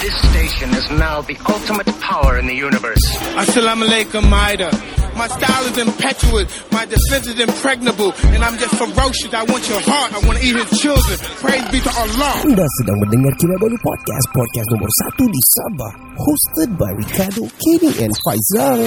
This station is now the ultimate power in the universe. Assalamu alaikum, Ida. My style is impetuous, my defense is impregnable, and I'm just ferocious. I want your heart, I want to eat his children. Praise be to Allah. Anda sedang mendengar Kira Baru Podcast, podcast nomor 1 di Sabah, hosted by Ricardo, Kenny and Faizal.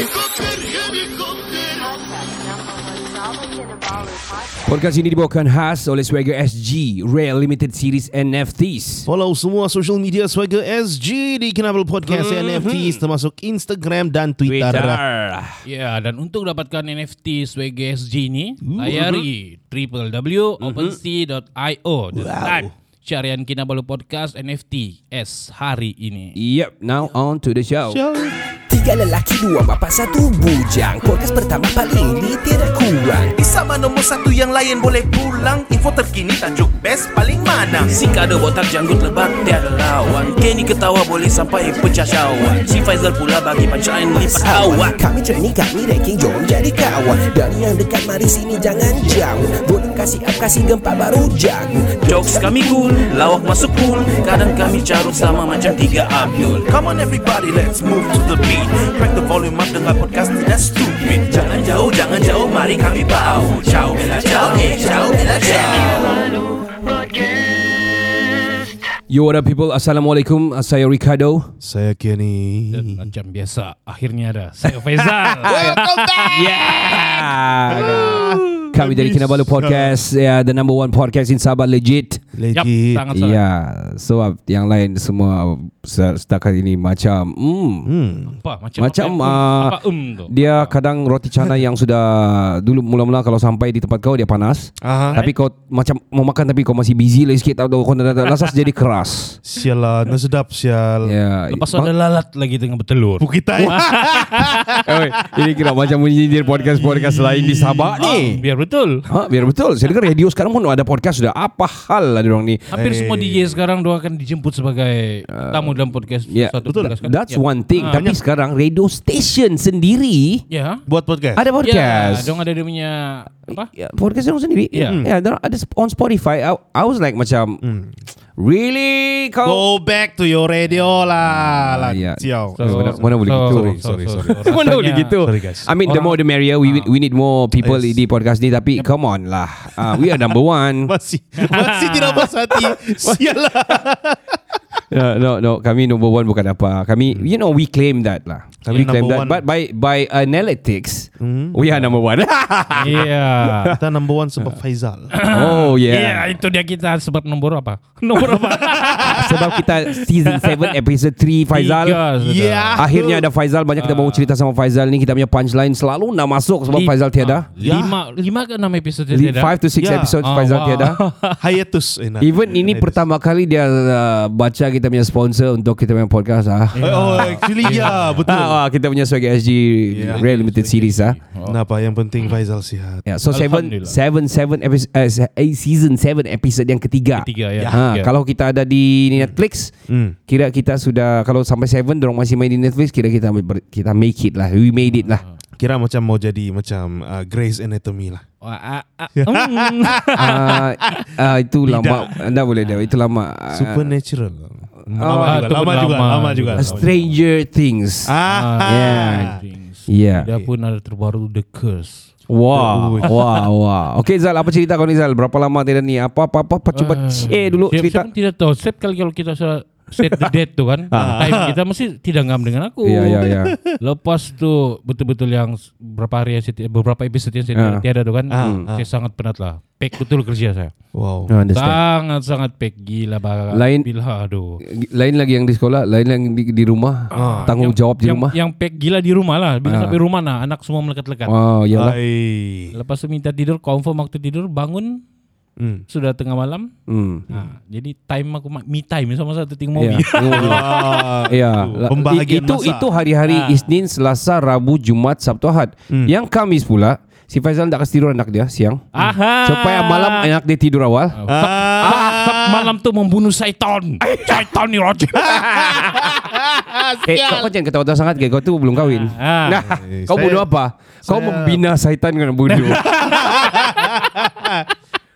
Podcast ini dibawakan khas oleh Swagger SG Rare Limited Series NFTs. Follow semua social media Swagger SG di Kenabel Podcast mm-hmm. NFTs termasuk Instagram dan Twitter. Ya, dan untuk dapatkan NFT Swagger SG ni, Uh, layari uh-huh. www.opensea.io dan type Syarian Kinabalu Podcast NFT S hari ini. Yep, now on to the show. Tiga lelaki, dua bapa, satu bujang. Podcast pertama paling ini tidak kurang. Di sama nombor satu yang lain boleh pulang Info terkini tajuk best paling mana Si kado botak janggut lebat tiada lawan Kenny ketawa boleh sampai pecah syawak Si Faizal pula bagi pancaan lipat Awak awak Kami training, kami ranking, jom jadi kawan Dan yang dekat, mari sini jangan jauh Boleh kasih up, kasih gempa baru jago Jokes kami cool, lawak masuk cool Kadang kami carut sama macam tiga Abdul Come on everybody, let's move to the beat Crack the volume up, dengar podcast tidak stupid Jangan jauh, jangan jauh, mari kami bau Ciao, bella, ciao, eh, ciao, bella, ciao Yo, what up people? Assalamualaikum. Saya Ricardo. Saya Kenny. Dan macam biasa, akhirnya ada saya Faizal. Iya, Yeah. Kami dari Kinabalu Podcast, yeah, the number one podcast in Sabah legit. Yap, Legit. sangat Ya, sangat. yeah. sebab yang lain semua se- setakat ini macam hmm, Apa macam macam apa, uh, apa um tu? dia kadang roti canai yang sudah dulu mula-mula kalau sampai di tempat kau dia panas. Aha. Tapi kau macam mau makan tapi kau masih busy lagi sikit atau kau dah lasas jadi keras. Sial lah, nak sedap sial. Ya. Lepas tu Bang- ada lalat lagi tengah bertelur. Eh, Bukitai. weh, ini kira macam menyindir podcast-podcast lain di Sabah Ah, ni. biar betul. Ha, biar betul. Saya dengar radio sekarang pun ada podcast sudah. Apa hal lah diorang ni? Hampir semua DJ sekarang dia akan dijemput sebagai tamu dalam podcast Ya, satu betul. podcast kan? That's Ya. one thing. Ah, Tapi sekarang radio station sendiri Ya. Buat podcast. ada Ya, podcast. dong ada dia punya apa? Ya, podcast diorang sendiri. Ya. Ya, yeah. yeah, ada sp- on Spotify. I, I was like macam Hmm. really kau Go back to your radio lah. lah. Ya. Ciao. So- mana, mana boleh so- gitu? so- Sorry, so- sorry, so- Mana boleh rasanya- gitu? Sorry, guys. I mean the Orang- Ah. more the merrier. We we need more people Yes. di podcast ni tapi come on lah. Ah, we are number one. Masih masih tidak puas hati. Sial lah. No, no, no. Kami number one bukan apa. Kami, Hmm. you know, we claim that lah. Kami Kami claim number that. one. But by by analytics, Hmm. we are number one. Iya. Kita number one sebab Faizal. oh Iya, yeah. itu dia kita sebut nombor apa? Nombor apa? Sebab kita season 7 episode 3 Faizal. Tiga Ah. sudah. Ya. Akhirnya ada Faizal Banyak kita mau cerita sama Faizal ni Kita punya punchline Selalu nak masuk Sebab Faizal tiada Ah, Lima, lima ke enam episod dia tiada. 5 to 6 Ya. episodes Oh, Faizal wow. tiada Hiatus. Eh, nah. Even ini pertama kali Dia uh, baca kita punya sponsor Untuk kita punya podcast ah. Eh, Oh, actually ya, betul. Ah, ah, kita punya sebagai SG Ya. Rare Limited Series ah. Kenapa yang penting Faizal sihat. Ya, so seven Alhamdulillah. seven seven episode uh, se- eh, season seven episode yang ketiga. Ketiga, ya. Ha, Ya. Kalau kita ada di Netflix, Hmm. kira kita sudah kalau sampai seven, dorong masih main di Netflix, kira kita ber- kita make it lah, we made it lah. Kira macam mau jadi macam uh, Grey's Anatomy lah. Wah, ah, ah, mm. Ah, ah, itu lama, anda boleh dah, itu lama. Ah, Supernatural. Ah, Lama juga, tu lama juga, lama. lama juga. A Stranger Things. Ya. Ah, Yeah. Things. Yeah. Dia pun ada terbaru The Curse. Wow, wow, wow. Okay Zal, apa cerita kau ni Zal? Berapa lama tidak ni? Apa apa apa, apa cuba share dulu Siap- cerita. siap pun tidak tahu. Setiap kali kalau kita sudah set the date tu kan, Ah. time kita mesti tidak ngam dengan aku. Ya, ya, ya. Lepas tu betul-betul yang s- berapa hari yang saya, ti- beberapa episode yang saya Ah. tiada tu kan, saya sangat penat lah. Pack betul kerja saya. Wow. No, understand. Sangat-sangat pack gila bah. Lain- bila aduh. Lain lagi yang di sekolah, lain lagi yang di, di rumah, Ah, tanggungjawab di yang, rumah. Ah. Yang pack gila di rumah lah. Bila sampai rumah nah anak semua melekat-lekat. Oh, iyalah. Hai. Lepas tu minta tidur, confirm waktu tidur, bangun Hmm. sudah tengah malam. Hmm. Nah, jadi time aku ma- me time sama satu ting Ya. mobil. Ah, Ya, itu, oh, pembahagian itu masa. Ah. itu hari-hari Isnin, Selasa, Rabu, Jumat, Sabtu, Ahad. Hmm. Yang Kamis pula si Faizal tak kasih tidur anak dia siang. Aha. Supaya malam anak dia tidur Ah. awal. Ah, Setiap malam tu membunuh syaitan. syaitan ni Roger. Eh, kau, kau jangan ketawa-tawa sangat ke? Kau tu belum kahwin. Ah. Nah, Eh, kau saya- bunuh apa? Kau saya- membina syaitan kau nak bunuh.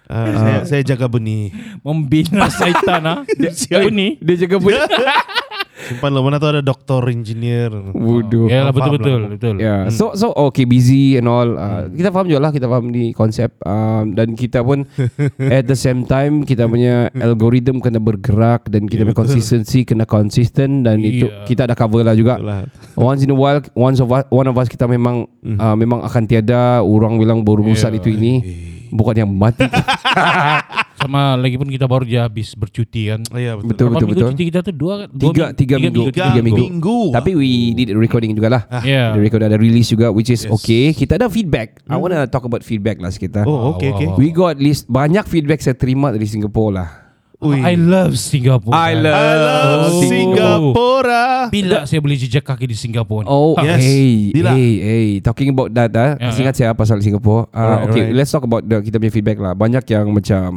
Ah, saya, saya jaga benih. Membina syaitan ah. Dia, Sial. ni. dia jaga bunuh. Simpan lah Mana tahu ada doktor, engineer Bodoh. Ya Faham lah betul betul lah. betul. Yeah. So so okay busy and all. Uh, Hmm. Kita faham juga lah kita faham di konsep um, dan kita pun at the same time kita punya algorithm kena bergerak dan kita punya consistency kena consistent dan itu Yeah. kita ada cover lah juga. Betul lah. Once in a while once of us, one of us kita memang Hmm. uh, memang akan tiada orang bilang Ya. berurusan itu ini Eh. bukan yang mati. Sama lagi pun kita baru je habis bercuti kan. Iya betul betul betul Berapa minggu betul. cuti kita tuh dua dua Tiga tiga minggu tiga minggu. minggu. Oh. Ah. Tapi we did recording juga lah. Ya. The record ada release juga which is okay. Kita ada feedback. I want to talk about feedback lah kita. Hmm. Oh okay okay We got list banyak feedback saya terima dari Singapura lah. Ui. I love Singapore. I love kan? Oh. Singapore Bila saya boleh jejak kaki di Ha. Singapura. Oh, Yes. hey, Dila. hey, hey. Talking about that, ah, Ya, ingat saya pasal Singapura. Ah, Alright, okay, alright. Hmm. let's talk about the, kita punya feedback lah. Banyak yang macam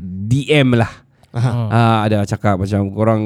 DM lah. Oh. Ha. Ah, ada cakap macam korang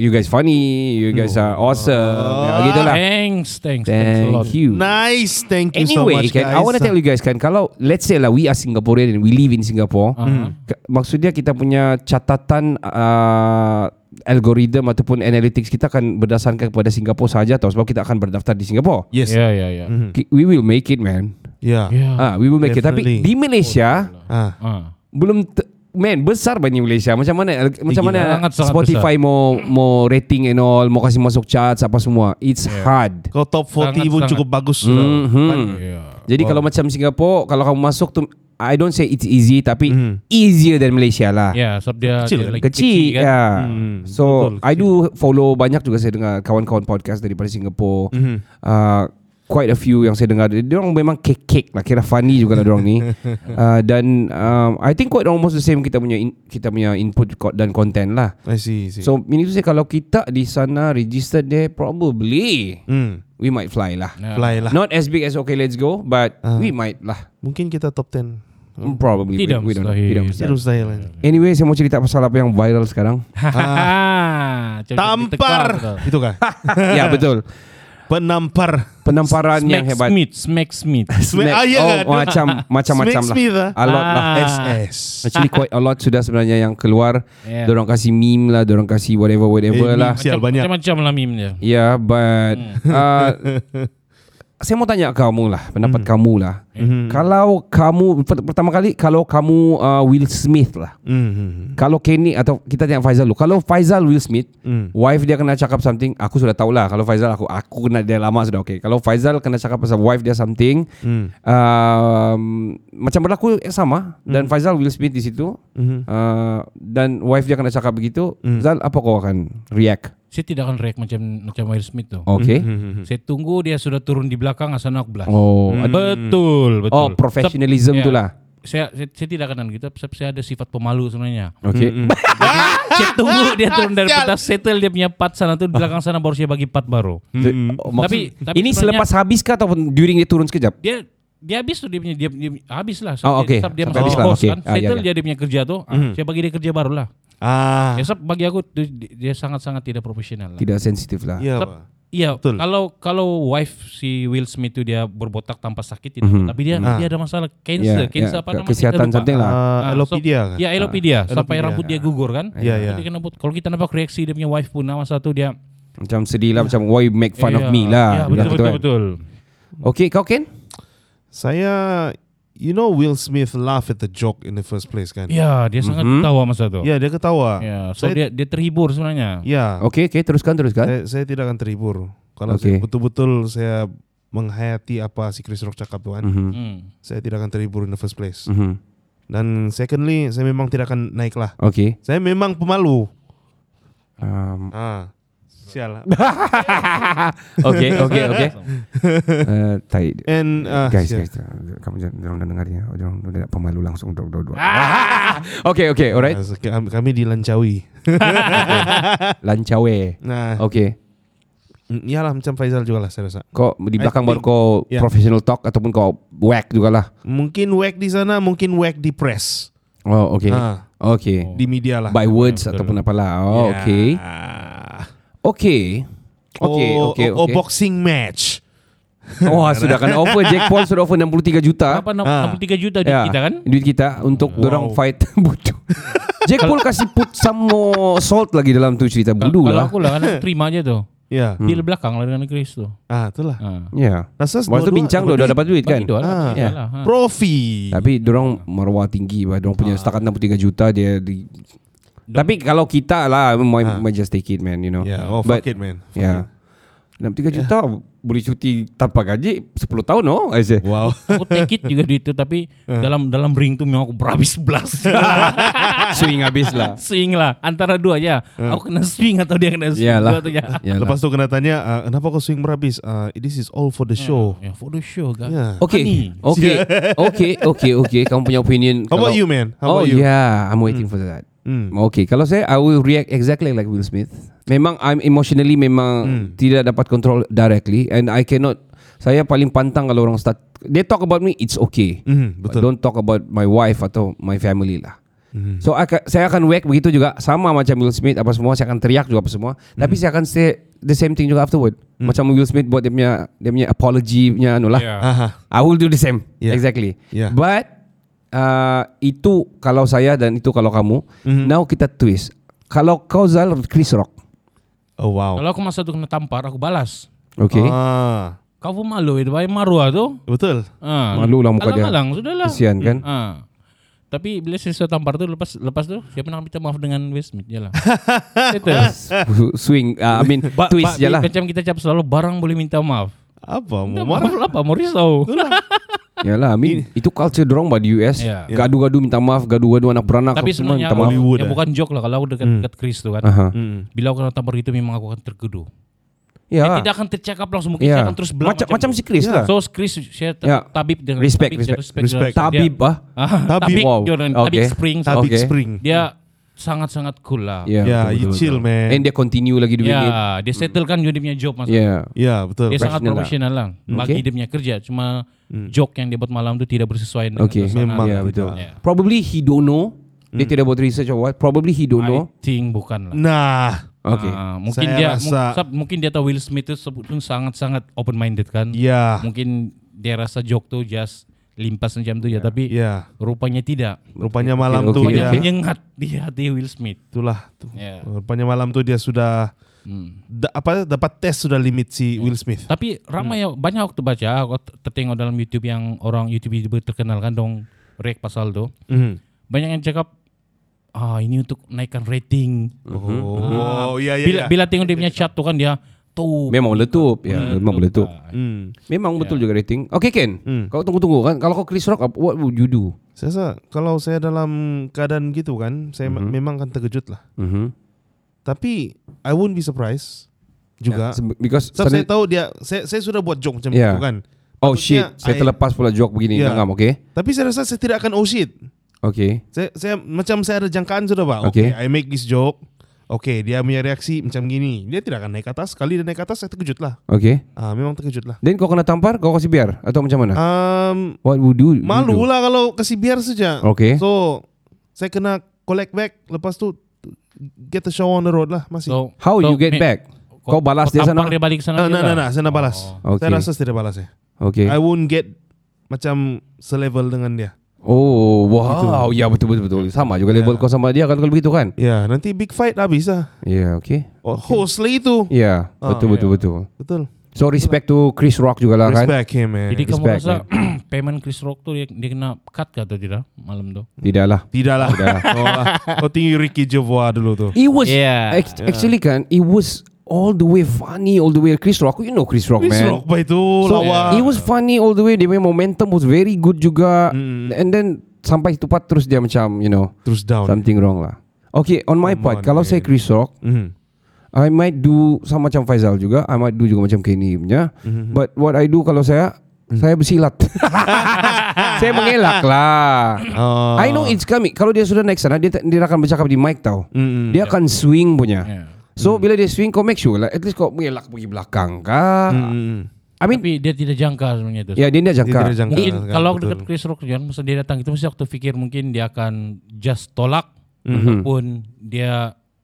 you guys funny, you guys Hmm. are awesome. Oh. Ya, gitu lah. Ah, Thanks, thanks, thanks a lot. Thank you. Nice Thank you so Anyway, much kan, guys I want to tell you guys kan, kalau let's say lah we are Singaporean and we live in Singapore, ke- maksudnya kita punya catatan uh, algoritma ataupun analytics kita akan berdasarkan kepada Singapura saja tau sebab kita akan berdaftar di Singapura. Yes Mm-hmm. Ya, ya, ya. Hmm. Ki- We will make it man. Yeah. Ya. Ah, we will make it. Tapi Definitely. di Malaysia Ah. Ah. belum te- man besar banyak Malaysia. Macam mana macam mana Sangat, sangat Spotify mau mau rating and all, mau kasih masuk charts apa semua. It's hard. Mhm. Kau top 40 Sangat, pun sangat. cukup bagus sudah. Hmm. Ya. Jadi kalau macam Singapura Kalau kamu masuk tu I don't say it's easy Tapi easier than Malaysia lah Ya, sebab dia Kecil dia kan? lagi Kecil, ya. kan. So I do follow Banyak juga saya dengar Kawan-kawan podcast Daripada Singapura Mhm. uh, Quite a few yang saya dengar Dia orang memang kekek lah Kira funny juga lah orang ni uh, Dan um, I think quite almost the same Kita punya in, kita punya input ko- dan content lah I see, I see. So ini tu saya Kalau kita di sana Register there Probably Hmm. We might fly lah Ya. Fly lah. Not as big as Okay Let's Go But Ah. we might lah Mungkin kita top 10. Probably Tidak we, we don't know. mustahil. Tidak mustahil. Seru saya Ya, lain. Anyway saya mau cerita pasal apa yang viral sekarang Hahaha. Coba ditekan, Tampar. betul. Itu kah? Ya betul Penampar. Penamparan yang Smack hebat Smith, Smack Smith. Smack- ah, ya oh, kan? macam Macam-macam Smack lah Smith lah. A lot lah Ah. SS. Actually quite a lot sudah sebenarnya yang keluar Yeah. Dorang kasih meme lah Dorang kasih whatever-whatever Eh, lah memes. Sial, Ya. Macam- banyak. Macam-macam lah meme dia. Ya yeah, but Hmm. uh, Saya mau tanya kamu lah Pendapat Hmm. kamu lah Kalau kamu per- Pertama kali Kalau kamu uh, Will Smith lah Mhm. Kalau Kenny atau kita tengok Faizal dulu. Kalau Faizal Will Smith, Hmm. wife dia kena cakap something, aku sudah tahu lah. Kalau Faizal aku aku kenal dia lama sudah okey. Kalau Faizal kena cakap pasal wife dia something, Hmm. um, macam berlaku eh, sama dan Faizal Will Smith di situ Mhm. uh, dan wife dia kena cakap begitu, Zal apa kau akan react? Saya tidak akan react macam macam Will Smith tuh. Okey. Saya tunggu dia sudah turun di belakang asal aku blast. Oh, ad- hmm. Betul, betul. oh professionalism Sebab- tu ya. lah. Saya, saya, saya tidak akan gitu sebab saya ada sifat pemalu sebenarnya. Okey. Saya tunggu dia turun dari petas settle dia punya part sana Ah. tuh di belakang sana baru saya bagi part baru. Oh, maksud- Tapi- tapi ini sebenarnya- selepas habis kah ataupun during dia turun sekejap? Dia dia habis tuh dia punya dia, dia habis lah. Oh, Dia- okey. sebab Dia Sampai masuk habis di lah, pos okey. kan. Ah, ya, Settle ya. dia dia punya kerja tuh. ah, Saya bagi dia kerja baru lah. Ah. Ya sebab bagi aku tu, di- dia sangat-sangat tidak profesional. lah. Tidak sensitif lah. Ya. Sep- Iya, Betul. kalau kalau wife si Will Smith itu dia berbotak tanpa sakit tidak, Mhm. tapi dia dia ada masalah Ya, cancer, cancer ya, apa ke- namanya? kesihatan Saya lupa. something lah. Ah, Ah, Alopedia so- kan? Ya, alopedia. sampai rambut dia gugur kan? Ya, ya. Jadi kena buat kalau kita nampak reaksi dia punya wife pun masa tu dia Macam sedih lah Macam why you make fun ya, of me lah Ya, Bilang betul gitu betul, kan. betul. Okay kau Ken Saya you know Will Smith laugh at the joke in the first place kan? Ya, dia sangat Mhm. ketawa masa tu. Ya, dia ketawa. Ya, so Saya- dia dia terhibur sebenarnya. Ya. Okay okay teruskan teruskan Saya, saya tidak akan terhibur kalau Okay. saya betul-betul saya menghayati apa si Chris Rock cakap tuan. Hmm. Saya tidak akan terhibur in the first place. Mhm. Dan secondly, saya memang tidak akan naik lah. Okay Saya memang pemalu. um, Ah. Sial. Okay okay okay uh, Tai And ah, Guys, sial. guys, kamu jangan jangan dengar dia. Jangan tidak pemalu langsung dua dua dua. Okay, okay, alright. Ah, Kami, kami dilancawi. Lancawe. Nah, Okay. mm, iyalah macam Faizal juga lah saya rasa. Kau di belakang I baru think- kau yeah. professional talk ataupun kau whack juga lah. Mungkin whack di sana, mungkin whack di press, Oh, okay. Ah. Okay. di media lah. By words ataupun apalah. Oh, okay. Ah. Okay. Okay, Oh, okay, oh, oh, okay. boxing match. Wah sudah kan offer Jack Paul sudah offer 63 juta Apa Ah. 63 juta duit kita kan? Ya. Duit kita untuk wow. dorang fight budu. Jack Paul kasih put some more salt lagi dalam tu cerita budu Kalau lah. aku lah kan aku terima aja tuh. Ya. Hmm. Deal belakang lah dengan Chris tuh. Ah, itulah. Ha. Ya. Rasa Masa tu dua-dua bincang dah dah dapat duit kan. Bagi dua lah. Ah. bagi Ya. dua lah, ha. Profi. Tapi dorang marwah tinggi bah. Dorang Ah. punya setakat 63 juta dia di tapi kalau kita lah might, might just take it man you know. Yeah, oh But- fuck it man. Fuck it. Yeah. 63 juta boleh cuti tanpa gaji 10 tahun no I say. Wow. Aku take it juga duit itu tapi Eh. dalam dalam ring tuh memang aku berhabis belas. Swing habis lah. Eh. swing lah antara dua ya. Aku kena swing atau dia kena swing Yalah. dua tuh ya. Yalah. Lepas tu kena tanya ah, kenapa kau swing berhabis? Ah, this is all for the show. Ya, for the show kan. Iya. Yeah. Okay, okay, okay, okay, okay. Kamu punya opinion. How about kalau- you, man? oh How about you? yeah, I'm waiting for that. Hmm. Okay, kalau saya, I will react exactly like Will Smith. Memang I'm emotionally memang Hmm. tidak dapat control directly, and I cannot. Saya paling pantang kalau orang start. They talk about me, it's okay. Hmm, But betul. Hmm. don't talk about my wife atau my family lah. So aka- saya akan whack begitu juga sama macam Will Smith apa semua saya akan teriak juga apa semua tapi Hmm. saya akan say the same thing juga afterward macam Will Smith buat dia punya dia punya apology punya anu lah Yeah. Aha. I will do the same. Yeah. Exactly. Yeah. But uh, itu kalau saya dan itu kalau kamu. Mm-hmm. Now kita twist. Kalau kau Zal Chris Rock. Oh wow. Kalau aku masa itu kena tampar aku balas. Okay. Ah, Kau pun malu itu bayi marwah tuh. betul. Ah, Malu lah muka dia. Alang-alang sudah lah. Kesian kan? Ah. Tapi bila saya tampar tu lepas lepas tu dia pernah minta maaf dengan Will Smith je lah. Itu. Swing. Uh, I mean Ba- twist ba- je lah. Macam kita cap selalu barang boleh minta maaf. Apa Minta mau maaf marah? lah apa mau risau. Yalah, I mean itu culture dorong bah di US. Yeah. Gaduh-gaduh minta maaf, gaduh-gaduh anak beranak. apa Tapi semua sebenarnya minta maaf. Hollywood ya eh. bukan joke lah kalau aku dekat dekat Chris tu kan. Aha. Mm. Bila aku kena tampar itu memang aku akan tergeduh. Ya. Dia tidak akan tercakap langsung mungkin Ya. saya akan terus belang Macam- macam si Chris lah. So Chris saya ter- Ya. tabib dengan Respect, tabib, dia respect. Respect. dengan- dia- Tabib ah. Ah, Tabib. tabib, Wow. dia orang- tabib Okay. spring. Tapi Okay. spring. Dia sangat-sangat cool lah. Yeah. Yeah, you chill, man. And Ya, dia continue lagi doing Ya, it. dia settlekan juga dia punya job maksudnya. Yeah. Ya, betul. Dia sangat Professional lah. profesional lah. Bagi Okay. dia punya kerja, cuma joke yang dia buat malam tu tidak bersesuaian dengan Okay. suasana. Memang. Yeah, betul. Yeah. Probably he don't know. Dia Mm. tidak buat research or what. Probably he don't know. I think bukan lah. Nah, Okay. Ah, mungkin Saya dia rasa- mu- sab- mungkin dia tahu Will Smith itu sebetulnya sangat-sangat open minded kan. Iya. ya, Mungkin dia rasa joke tu just limpas macam Iya. tu ya, tapi ya. rupanya tidak. Rupanya malam Okay, tu Rupanya ya. okay. menyengat di hati Will Smith. Itulah tu. Iya. Ya. Rupanya malam tu dia sudah Hmm. da- apa dapat tes sudah limit si Will Smith. Tapi ramai Iya. yang- banyak waktu baca, aku t- tertengok dalam YouTube yang orang YouTuber terkenal kan dong react pasal tu. Mm-hmm. Mhm. banyak yang cakap ah ini untuk naikkan rating. Mm-hmm. Oh, ya ya. Bila ya. bila tengok dia punya chat tu kan dia gitu. tu. Iya, Memang meletup ya, memang meletup. Hmm. Memang betul juga rating. Okay Ken, Hmm. kau tunggu-tunggu kan. Kalau kau Chris Rock, apa- what would you do? Saya rasa kalau saya dalam keadaan gitu kan, saya me- memang akan terkejut lah. Mhm. Tapi I won't be surprised juga. Se- Ya, Because Sebab saya sudden, tahu dia saya saya sudah buat joke macam Ya. itu kan. oh shit, Maksudnya, saya I- terlepas pula joke begini. Ya. Tengam, okay? Tapi saya rasa saya tidak akan oh shit. Okay. Saya, saya macam saya ada jangkaan sudah pak. Okay. Okay. I make this joke. Okay, dia punya reaksi macam gini. Dia tidak akan naik ke atas. Kali dia naik ke atas, saya terkejut lah. Okay. Ah, memang terkejut lah. Then kau kena tampar, kau kasih biar atau macam mana? Um, what would you malu you do? lah kalau kasih biar saja. Okay. So, saya kena collect back. Lepas tu, get the show on the road lah masih. So, How so you get me- back? Kau balas dia tampar sana? dia balik sana. Nah, nah, juga. nah, nah, saya nak balas. Oh. Okay. Saya rasa saya tidak balas ya. Okay. I won't get macam selevel dengan dia. Oh, wow. Ya betul betul betul. Sama juga level kau sama dia kan kalau begitu kan? Ya, nanti big fight habis lah. Ya, okay. Oh, host lah itu. Ya, betul betul betul. Betul. So respect to Chris Rock juga lah kan? Respect him, man. Jadi kamu Respect, rasa payment Chris Rock tu dia, dia kena cut ke atau tidak malam tu? Tidak lah. Tidak lah. Oh, lah. Kau tinggi Ricky Jevoa dulu tu. It was Yeah. act- actually kan it was all the way funny all the way Chris Rock you know Chris Rock Chris man Rock Ah. pa itu so lawa. it was funny all the way dia punya momentum was very good juga Mm. and then sampai tepat terus dia macam you know Terus down. something wrong lah okay on my Oh. Come part on, kalau man. saya Chris Rock Mhm. I might do sama macam Faizal juga I might do juga macam Kenny punya Mm-hmm. but what I do kalau saya Mm. saya bersilat saya mengelak lah Ah. I know it's coming kalau dia sudah naik sana dia, dia akan bercakap di mic tau Mm-mm. dia akan swing punya Yeah. So bila dia swing kau make sure lah At least kau mengelak pergi belakang kah Mm-mm. I mean Tapi dia tidak jangka sebenarnya tu. Ya dia tidak jangka Mm. Dia tidak jangka. Mungkin Kan, kalau betul. dekat Chris Rock John, masa Mhm. dia datang itu mesti aku terfikir mungkin dia akan just tolak ataupun dia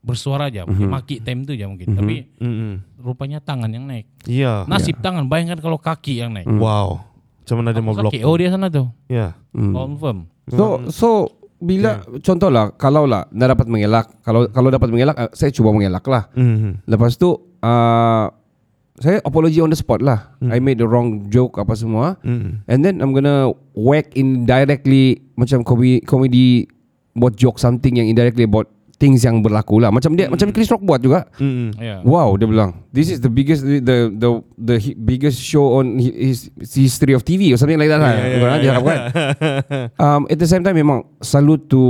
bersuara aja, dia maki time itu aja Mhm. mungkin. Tapi Mm-mm. rupanya tangan yang naik. Mm-hmm. Ya. Nasib tangan, bayangkan kalau kaki yang Mhm. Mm. naik. Wow. Macam mana dia mau Masa blok? oh. KO dia sana tuh. Ya. Mm. Mhm. Confirm. So so bila contohlah kalau lah dah dapat mengelak, kalau kalau dapat mengelak eh, saya cuba mengelak lah. Mhm. Lepas tu uh, saya apology on the spot lah. I made the wrong joke apa semua. And then I'm gonna whack in directly macam comedy comedy buat joke something yang indirectly about things yang berlaku lah. Macam dia macam Chris Rock buat juga. Mm-mm. Ya. Wow, dia bilang this is the biggest the the the hi- biggest show on hi- his history of TV or something like that. lah. Orang dia kan? harapkan. um, at the same time memang salute to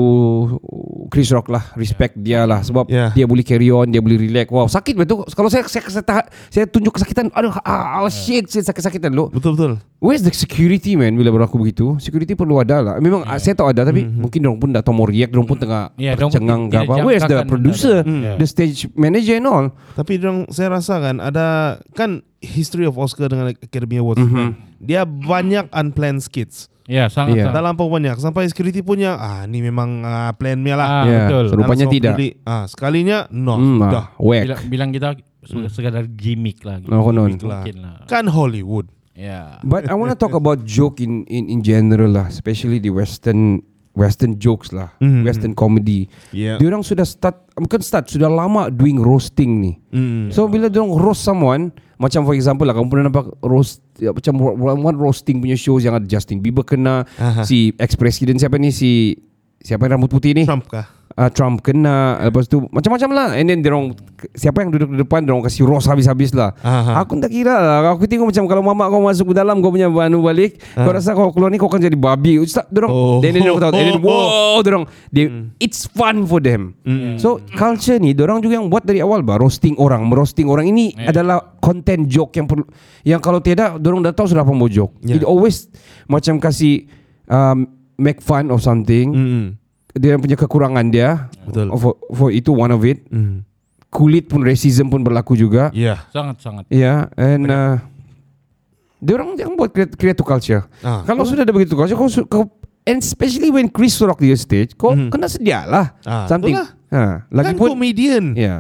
Chris Rock lah, respect dia lah sebab Yeah. dia boleh carry on, dia boleh relax. Wow, sakit betul. Kalau saya saya saya, tahan, saya tunjuk kesakitan, aduh, ah, ah, shit, shit sakit-sakitan lo. Betul betul. Where's the security man bila berlaku begitu? Security perlu ada lah. Memang yeah. saya tahu ada tapi mm-hmm. mungkin orang pun dah tahu mau react, orang pun tengah Mm-hmm. Yeah, yeah, dorang pun tercengang ke tidak apa. Where's the jangkakan producer, Mm. benda tu. Yeah. the stage manager and all? Tapi dong saya rasa kan ada kan history of Oscar dengan Academy Awards. Mhm. kan, Dia banyak unplanned skits. Ya, sangat. Ya. sangat. Dalam pun banyak sampai security punya ah ni memang ah, plan dia lah. Ah, Yeah. betul. So, rupanya Langsung tidak. pilih. Ah, sekalinya no, Hmm, dah. ah, whack. Bilang, bilang kita se- sekadar gimmick lah. gitu. No, konon. Gimmick Mungkin lah. Kan Hollywood. Ya. But I want to talk about joke in, in in general lah, especially the western western jokes lah, Mhm. western comedy. Yeah. Diorang sudah start bukan start sudah lama doing roasting ni. Mm. So bila diorang roast someone, macam for example lah kamu pernah nampak roast ya, macam ro- ro- one roasting punya shows yang ada Justin Bieber kena, Aha. si ex presiden siapa ni si siapa yang rambut putih ni? Trump kah? Ah, Trump kena lepas tu macam-macam lah and then diorang siapa yang duduk di depan diorang kasih roast habis-habis lah Aha. aku tak kira lah aku tengok macam kalau mamak kau masuk ke dalam kau punya anu balik kau rasa kau keluar ni kau akan jadi babi ustaz diorang Oh. Hmm. then diorang tahu and then wow diorang they, it's fun for them so culture ni diorang juga yang buat dari awal bah roasting orang merosting orang ini adalah content joke yang perlu yang kalau tidak diorang dah tahu sudah apa mau joke it Yeah. always macam kasih um, make fun of something Mm. dia punya kekurangan dia Betul. for, for itu one of it Mm. kulit pun racism pun berlaku juga ya Yeah. Sangat sangat. yeah, and uh, dia orang yang buat create, create to culture Ah. kalau sudah ada begitu culture kau, su- kau and especially when Chris Rock di stage kau kena sedialah Hmm. Ah, something itulah. ha, Kan lagipun komedian. Yeah.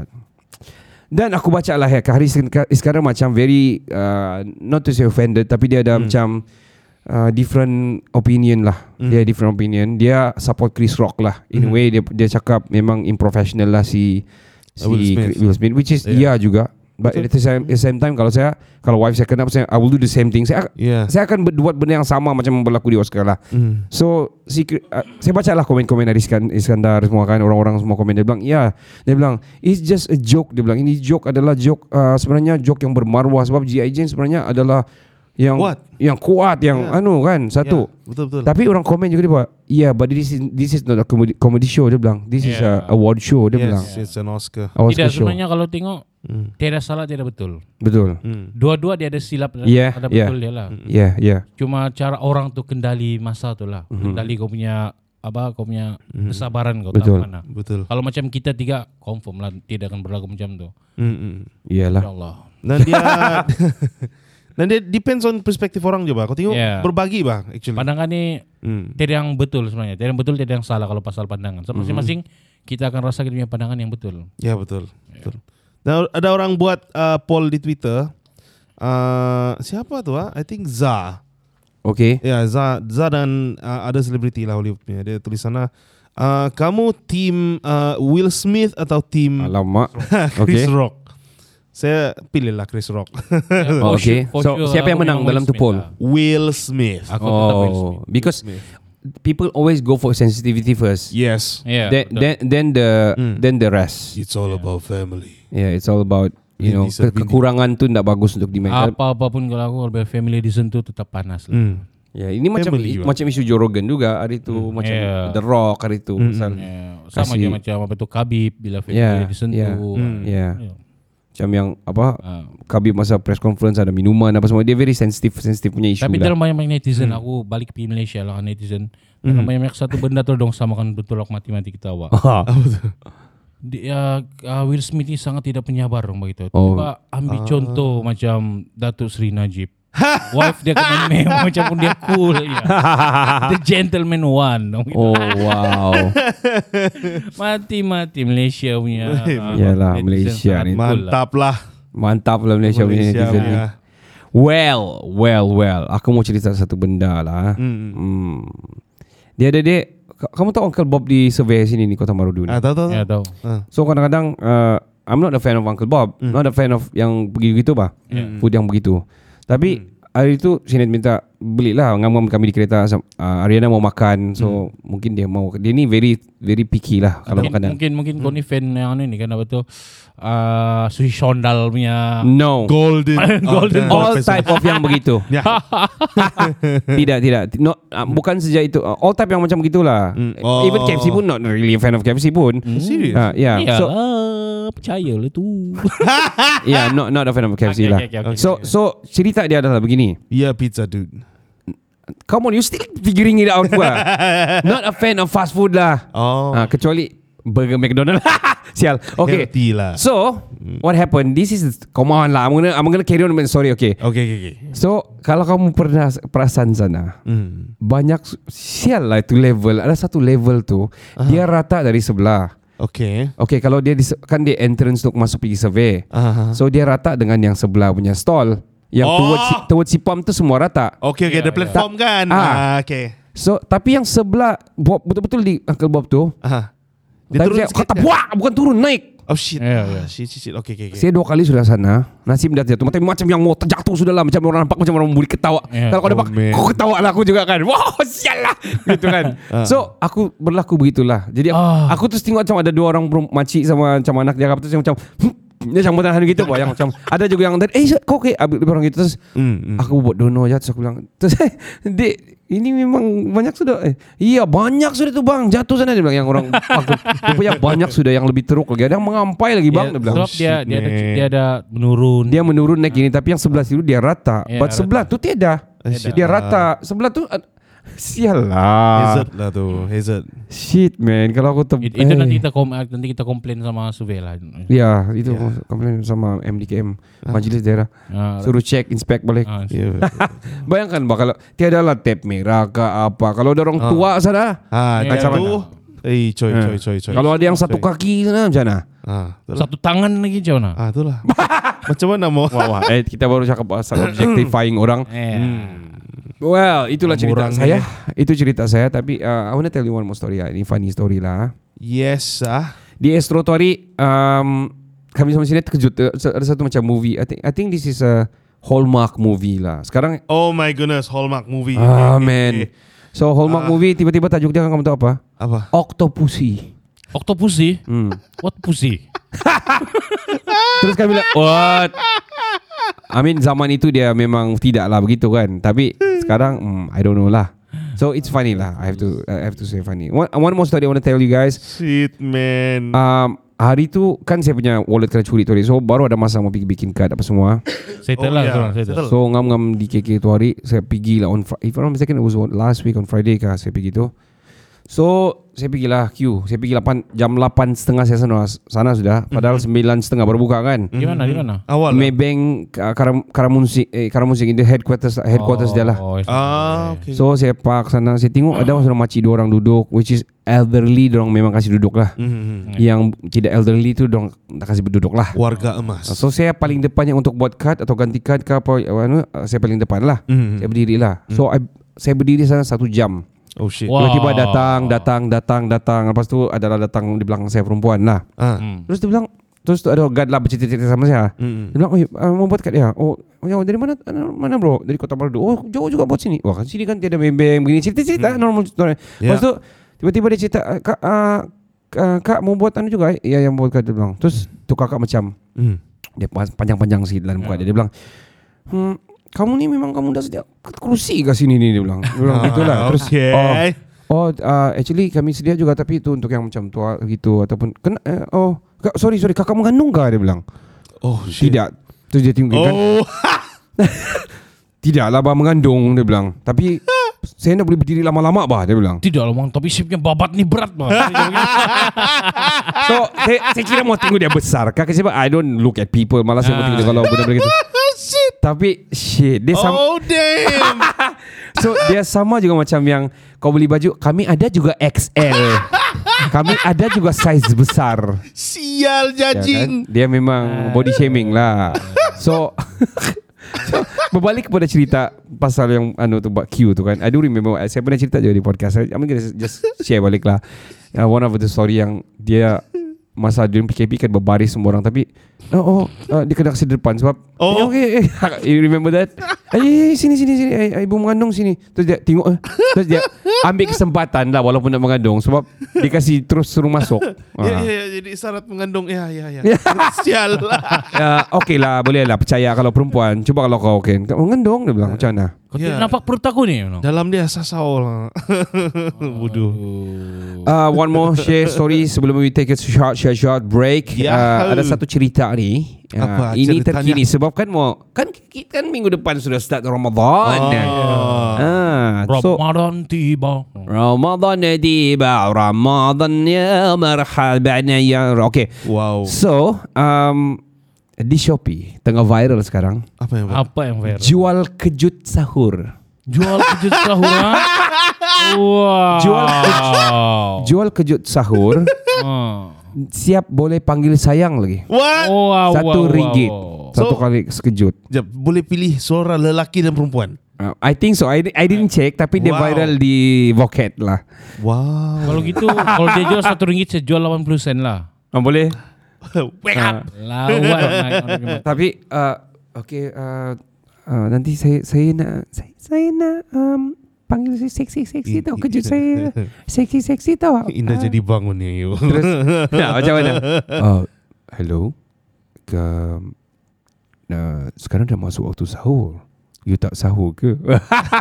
Dan aku baca lah ya, hari sekarang macam very uh, not to say offended tapi dia Hmm. ada macam uh, different opinion lah. Hmm. Dia different opinion. Dia support Chris Rock lah. In a way dia dia cakap memang improfessional lah si si Will Smith. Chris- Will Smith which is yeah, juga. But at the, same, the same time kalau saya kalau wife saya kenapa saya I will do the same thing. Saya Yeah. saya akan buat benda yang sama macam berlaku di Oscar lah. Mm. So si, uh, saya baca lah komen-komen dari Iskan- Iskandar semua kan orang-orang semua komen dia bilang ya dia bilang it's just a joke dia bilang ini joke adalah joke uh, sebenarnya joke yang bermarwah sebab GI Jane sebenarnya adalah yang Kuat. yang kuat yang Yeah. anu kan satu Yeah, Iya. betul betul. tapi orang komen juga dia buat yeah but this is this is not a comedy, comedy show dia bilang this is a Yeah. award show dia yes, bilang Oh. it's an Oscar. Oscar Tidak show sebenarnya kalau tengok Hmm. Mm. tidak salah tidak betul. betul Mm. Dua-dua dia ada silap dan Yeah, ada yeah. Hmm. betul dia lah. yeah yeah Cuma cara orang tu kendali masa tu lah. Hmm. Kendali kau punya apa kau punya kesabaran kau Betul. tahu mana. Betul. Kalau macam kita tiga confirm lah tidak akan berlaku macam tu. Mm-mm. Ya iyalah Allah. Dan dia Dan dia depends on perspektif orang juga. Kau tengok Yeah. berbagi bah actually. Pandangan ni Mm. tidak yang betul sebenarnya. Tidak yang betul, tidak yang salah kalau pasal pandangan. Hmm. So, masing-masing kita akan rasa kita punya pandangan yang betul. Ya betul. Betul. Dan ada orang buat uh, poll di Twitter. Uh, siapa tu ah? I think Za. okay Ya, Za, Za dan uh, ada selebriti lah Hollywood punya. Dia tulis sana, uh, kamu tim uh, Will Smith atau tim alamak Chris okay. Rock? Saya pilih lah Chris Rock. Oh, okay. So, siapa yang menang dalam tu lah. poll? Will Smith. Aku tetap Will oh Smith. because people always go for sensitivity first Yes. Yeah, then, Ya, betul. then then the Hmm. then the rest. It's all about family. Yeah, it's all about you Vin know Diesel, ke- Vin kekurangan tu tidak bagus untuk dimainkan. apa apapun kalau aku lebih family disentuh tetap panas lah. Hmm. Ya, ini macam i- Family juga. macam isu Joe Rogan juga hari itu macam Yeah. The Rock hari itu pasal Ya, sama Kasih- Ya, aja macam apa tu Khabib bila family Yeah, disentuh. yeah. Hmm. yeah. Ya. macam yang apa Ah. Khabib masa press conference ada minuman apa semua dia very sensitive sensitive punya isu Tapi lah. dalam banyak netizen aku balik pergi Malaysia lah netizen. Dalam banyak satu benda tu dong samakan betul aku mati-mati ketawa. Oh. Dia uh, Will Smith ni sangat tidak penyabar dong begitu. Oh. Tiba ambil contoh macam Datuk Sri Najib. Wife dia kena memo macam pun dia cool ya. The gentleman one Oh wow Mati-mati Malaysia punya ah, Yalah, netizen Malaysia sangat ni. cool lah. Mantap lah Mantap lah Malaysia, punya Malaysia netizen ni punya. Well Well well Aku mau cerita satu benda lah hmm. hmm. Dia ada dia ka- Kamu tahu Uncle Bob di survey sini ni Kota Marudu ni Ah, tahu tahu. Ya tahu So kadang-kadang uh, I'm not a fan of Uncle Bob mm. Not a fan of yang begitu-gitu bah yeah. Food yang begitu Tapi hari tu Sinet minta Belilah ngam-ngam kami di kereta sam- uh, Ariana mau makan So mungkin dia mau Dia ni very Very picky lah Kalau mungkin, makanan mungkin mungkin kau ni fan yang ni kan apa tu uh, sushi shondal punya No Golden. Golden Oh, All type of yang begitu Ya. Hmm. Tidak tidak no, uh, Bukan sejak itu uh, All type yang macam begitulah Eh, Hmm. Oh. Hmm. Even KFC pun Not really a fan of KFC pun yeah. Serius? Ah, yeah. Hmm. Iyalah, So Iya, eh, percaya lah tu. yeah, not not a fan of KFC Okay, lah. okay, okay, okay, so okay. so cerita dia adalah begini. Yeah, pizza dude. Come on, you still figuring it out pula. not a fan of fast food lah. Oh. Ah, kecuali burger McDonald. Sial. Okay. Healthy lah. So, what happened? This is come on lah. I'm gonna I'm gonna carry on with my story. Okay. Okay, okay, okay. So, kalau kamu pernah perasan sana, Hmm. banyak sial lah itu level. Ada satu level tu dia rata dari sebelah. Okay. Okay, kalau dia dis- kan dia entrance untuk masuk pergi survey. Aha. So dia rata dengan yang sebelah punya stall. Yang Oh. oh. towards, towards si pump tu semua rata. Okay, okay. the platform kan. Ah. Ah, okay. So tapi yang sebelah Bob betul-betul di Uncle Bob tu. Aha. Uh-huh. Dia Dia turun saya, sikit kata kan? buah bukan turun naik. Oh shit. Ya, Yeah, ya. yeah. Shit, shit, shit. Okay, okay, okay. Saya dua kali sudah sana Nasib dah jatuh Tapi macam yang mau terjatuh sudah lah Macam orang nampak Macam orang membuli ketawa Ya. Kalau kau nampak Oh, man. Kau ketawa lah aku juga kan Wah sial lah Gitu kan So aku berlaku begitulah Jadi Ah. aku terus tengok macam Ada dua orang perempuan- Makcik sama macam anak dia Terus yang macam "Hmm." Dia macam bertahan gitu Pak Yang macam Ada juga yang tadi Eh Syed, kau okay Habis Orang gitu Terus Hmm, hmm. Aku buat dono je Terus aku bilang Terus Dek Ini memang banyak sudah eh, Iya banyak sudah tu bang Jatuh sana Dia bilang yang orang aku, Rupanya banyak sudah Yang lebih teruk lagi Ada yang mengampai lagi bang Dia bilang Ya, Sebab dia dia ada, man. dia ada menurun. dia menurun naik gini tapi yang sebelah situ dia rata. Ya, But rata. sebelah tu tiada. Tiada. Dia rata. Sebelah tu ad- sial lah. Hazard lah tu. Hazard. Shit man kalau aku ter It- itu eh. nanti kita kom, nanti kita komplain sama survey lah. Ya, itu komplain sama MDKM Majlis Daerah. Ah, Suruh Iya. cek inspect balik. ah, Yeah. Bayangkan bah kalau tiada lah tap merah ke apa. Kalau ada orang tua sana, ah, Ya, dia Macam tu. Eh, coy, coy, coy, coy. kalau ada yang satu kaki sana macam mana? Ah, tu lah. satu tangan lagi macam mana? Ah, tu lah. Macam mana mau? Wah, eh kita baru cakap pasal objectifying orang. Eh, Hmm. Well, itulah cerita Orang saya. Itu cerita saya tapi uh, I want to tell you one more story. ah. Ini funny story lah. Yes, ah. di Estrotori um, kami sama sini terkejut Eh, ada satu macam movie I think I think this is a Hallmark movie lah sekarang Oh my goodness, Hallmark ah movie. Okay, okay, man okay. so Hallmark movie tiba-tiba tajuk dia kan kamu tahu apa Apa? Octopussy octopussy? Hmm. What pussy? terus kami bilang what I mean zaman itu dia memang tidak lah begitu kan tapi sekarang hmm, I don't know lah so it's funny lah I have to I have to say funny one, one more story I want to tell you guys Shit, man. um, hari tu kan saya punya wallet kena curi tu so baru ada masa mau pergi bikin card apa semua Settle Oh, lah, ya, seorang settle. settle. So ngam-ngam di KK tu hari Saya pergi lah on Fri- If I'm not mistaken it was on- last week on Friday kah Saya pergi tu So saya pergilah queue Saya pergi 8, jam 8 setengah saya sana, sana sudah Padahal 9 setengah baru buka kan Gimana, gimana? Awal. lah. Maybank uh, Karam, Karamunsing eh, Karamunsing Itu headquarters headquarters dia lah Oh, Ah, okay. So saya park sana Saya tengok ada orang makcik dua orang duduk Which is elderly Diorang memang kasih duduk lah Mhm. Yang tidak elderly tu Diorang tak kasih duduk lah Warga emas. So saya paling depannya untuk buat kad atau ganti kad ke apa eh, anu, saya paling depan lah. Mhm. Saya berdiri lah. So I, saya berdiri sana satu jam. Oh shit. Wah. Tiba-tiba datang, datang, datang, datang. Lepas tu adalah datang di belakang saya perempuan lah. Ah. Terus dia bilang, terus tu ada guard lah bercerita-cerita sama saya. mm, Dia bilang, oh, uh, mau buat kad ya? Oh, ya, dari mana mana bro? Dari Kota Marudu. Oh, jauh juga buat sini. Wah, kan sini kan tiada membeng. Begini cerita-cerita normal. story. Lepas Ya. tu tiba-tiba dia cerita, "Ah, kak, ah, ah, kak mau buat anu juga? eh?" Ya, yang buat kad dia bilang. Terus tu kakak macam, Hmm. dia pas- panjang-panjang sikit dalam Ya. muka dia. Dia bilang, hmm, kamu ni memang kamu dah sedia kerusi ke sini ni dia bilang. Dia bilang Ah, gitulah. Terus okay. oh, oh uh, actually kami sedia juga tapi itu untuk yang macam tua gitu ataupun kena eh, oh ka- sorry sorry kakak mengandung ke dia bilang. Oh shit. Tidak. Terus dia tengok kan. Oh. Tidaklah bah mengandung dia bilang. Tapi saya nak boleh berdiri lama-lama bah dia bilang. Tidak lah, Bang. Tapi sipnya babat ni berat, Bang. So saya, saya kira mau tengok dia besar kak sebab I don't look at people malah saya mau tengok dia kalau benda-benda gitu. shit. Tapi shit Dia sama Oh damn. So dia sama juga macam yang Kau beli baju Kami ada juga XL Kami ada juga size besar Sial ya kan? jajing. Dia memang body shaming lah So So, berbalik kepada cerita pasal yang anu tu buat Q tu kan. I do remember saya pernah cerita juga di podcast. I'm gonna just share balik lah. Uh, one of the story yang dia masa during PKP kan berbaris semua orang tapi oh, oh uh, dia kena kasi depan sebab "Eh, Oh. okay, okay. you remember that eh eh, sini sini sini eh, eh, ibu mengandung sini terus dia tengok eh. terus dia ambil kesempatan lah walaupun nak mengandung sebab dia kasi terus suruh masuk Ya, Ah. ya, ya, jadi syarat mengandung. Ya, ya, ya. Sial lah. Ya, okey lah, boleh lah percaya kalau perempuan. Cuba kalau kau okey. Kau mengandung dia bilang macam mana? Kau Ya. yeah. Oh, nampak perut aku ni. you know? Dalam dia sasau lah. Bodoh. Oh. Uh, one more share story sebelum we take a short share short break. Ya. Uh, ada satu cerita ni. Uh, Apa ini ceritanya? terkini sebab kan mau kan kita kan minggu depan sudah start Ramadan. Oh. Ah, so Ramadan tiba. Ramadan tiba Ramadan ya marhaban ya Okey. Wow. So, um, di Shopee tengah viral sekarang. Apa yang apa? Apa yang viral? Jual kejut sahur. Jual kejut sahur. ha? Wow. Jual Oh. Jual kejut sahur Ah. Siap boleh panggil sayang lagi What? Wow, Satu wow, ringgit wow. Satu So- kali sekejut Jap, boleh pilih suara lelaki dan perempuan. Uh, I think so I, I didn't check Tapi dia Wow. viral di Voket lah Wow. Kalau gitu, kalau dia jual satu ringgit, saya jual 80 sen lah. oh, Boleh Wake up. Lawan. Mike. Tapi uh, Okay uh, uh, Nanti saya Saya nak Saya, saya nak um, Panggil saya seksi-seksi tau Kejut saya Seksi-seksi tau Ah. Indah jadi bangun ya you. Terus nah, Macam mana uh, Hello Ke, uh, Sekarang dah masuk waktu sahur You tak sahur ke?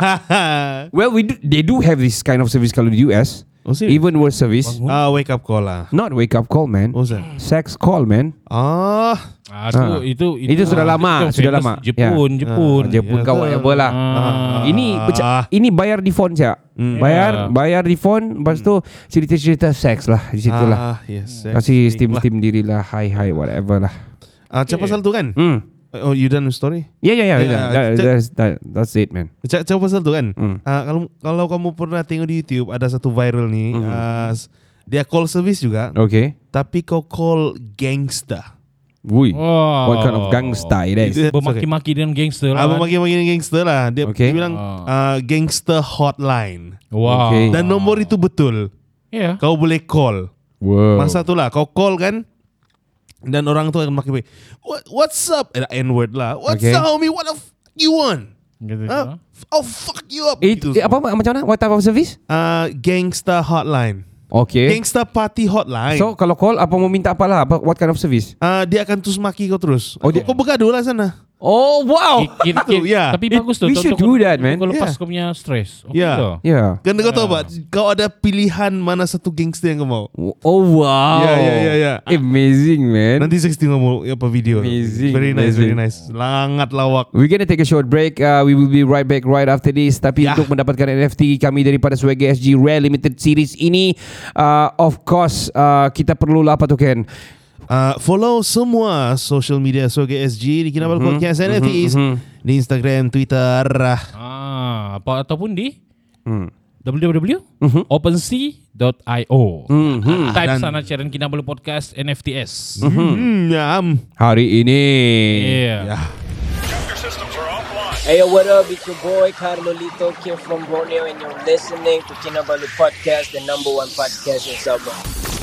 well, we do, they do have this kind of service kalau di US. Oh, serious? Even worse service. ah, wake up call lah. Not wake up call, man. Oh, Eh. sir. Sex call, man. Ah, Ah, itu, Ah. itu, Itu sudah lama, famous sudah lama. Ah, Jepun, Jepun. Dia pun ya kau ke? yang bola. Ah. Ini pecah, ini bayar di phone saja. Bayar bayar di phone, lepas tu cerita-cerita seks lah di situ lah. ah, lah. yes. Hmm. Kasih steam-steam dirilah, hi-hi lah. whatever lah. Ah, cak pasal tu kan? Hmm. Oh, you done with story? Yeah, yeah, yeah. Yeah, yeah. That, cek- that's, that, that's it, man. Cak, cak pasal tu kan? Hmm. Ah, kalau kalau kamu pernah tengok di YouTube ada satu viral nih, Hmm. ah, s- dia call service juga, Okay. tapi kau call gangster. Wui. Wow. What kind of gangster it is? Itu- Bermaki-maki dengan gangster lah. Oh. Abang bagi bagi Ah, gangster lah. Dia, Okay. dia bilang ah, gangster hotline. Wow. Iya. Okay. Dan nomor itu betul. Yeah. Kau boleh call. Wow. Masa tu lah kau call kan dan orang tu akan pakai What, what's up? Eh, N word lah. What's Okay. Uh-huh. up homie? What the f- you want? Gitu Huh? juga. I'll fuck you up. It, eh, apa macam mana? What type of service? Uh, gangster hotline. Okay. Gangster party hotline. Eh. So kalau call apa mau minta apa lah? Apa, what kind of service? Ah, dia akan terus maki kau terus. Oh, Oh, dia- kau bergaduh lah sana. Oh wow. Kira, Itu, yeah. Tapi It- bagus tu. we tu- should do tu- that, man. Kau Yeah. lepas kau punya stress. Oh, gitu. Okay Yeah. tu. Yeah. Kan kau tahu Ah. pak, kau ada pilihan mana satu gangster yang kau mau. Oh wow. Ya, ya, ya, ya. Amazing man. Nanti 16 ngomong apa video. Amazing, Very nice, amazing. very nice. Sangat lawak. We're gonna take a short break. Uh, we will be right back right after this. Tapi Ya. untuk mendapatkan NFT kami daripada Swaggy SG Rare Limited Series ini, uh, of course uh, kita perlulah apa tu Ken? Uh, follow semua social media Soge SG di Kinabalu Podcast NFTs di Instagram, Twitter. Ah, apa ataupun di www.opensea.io. Type Dan- sana Ceren Kinabalu Podcast NFTs. Hmm, am. Hari ini. Yeah. Hey, yo, what up? It's your boy Carlolito Kid from Borneo, and you're listening to Kinabalu Podcast, the number one podcast in Sabah.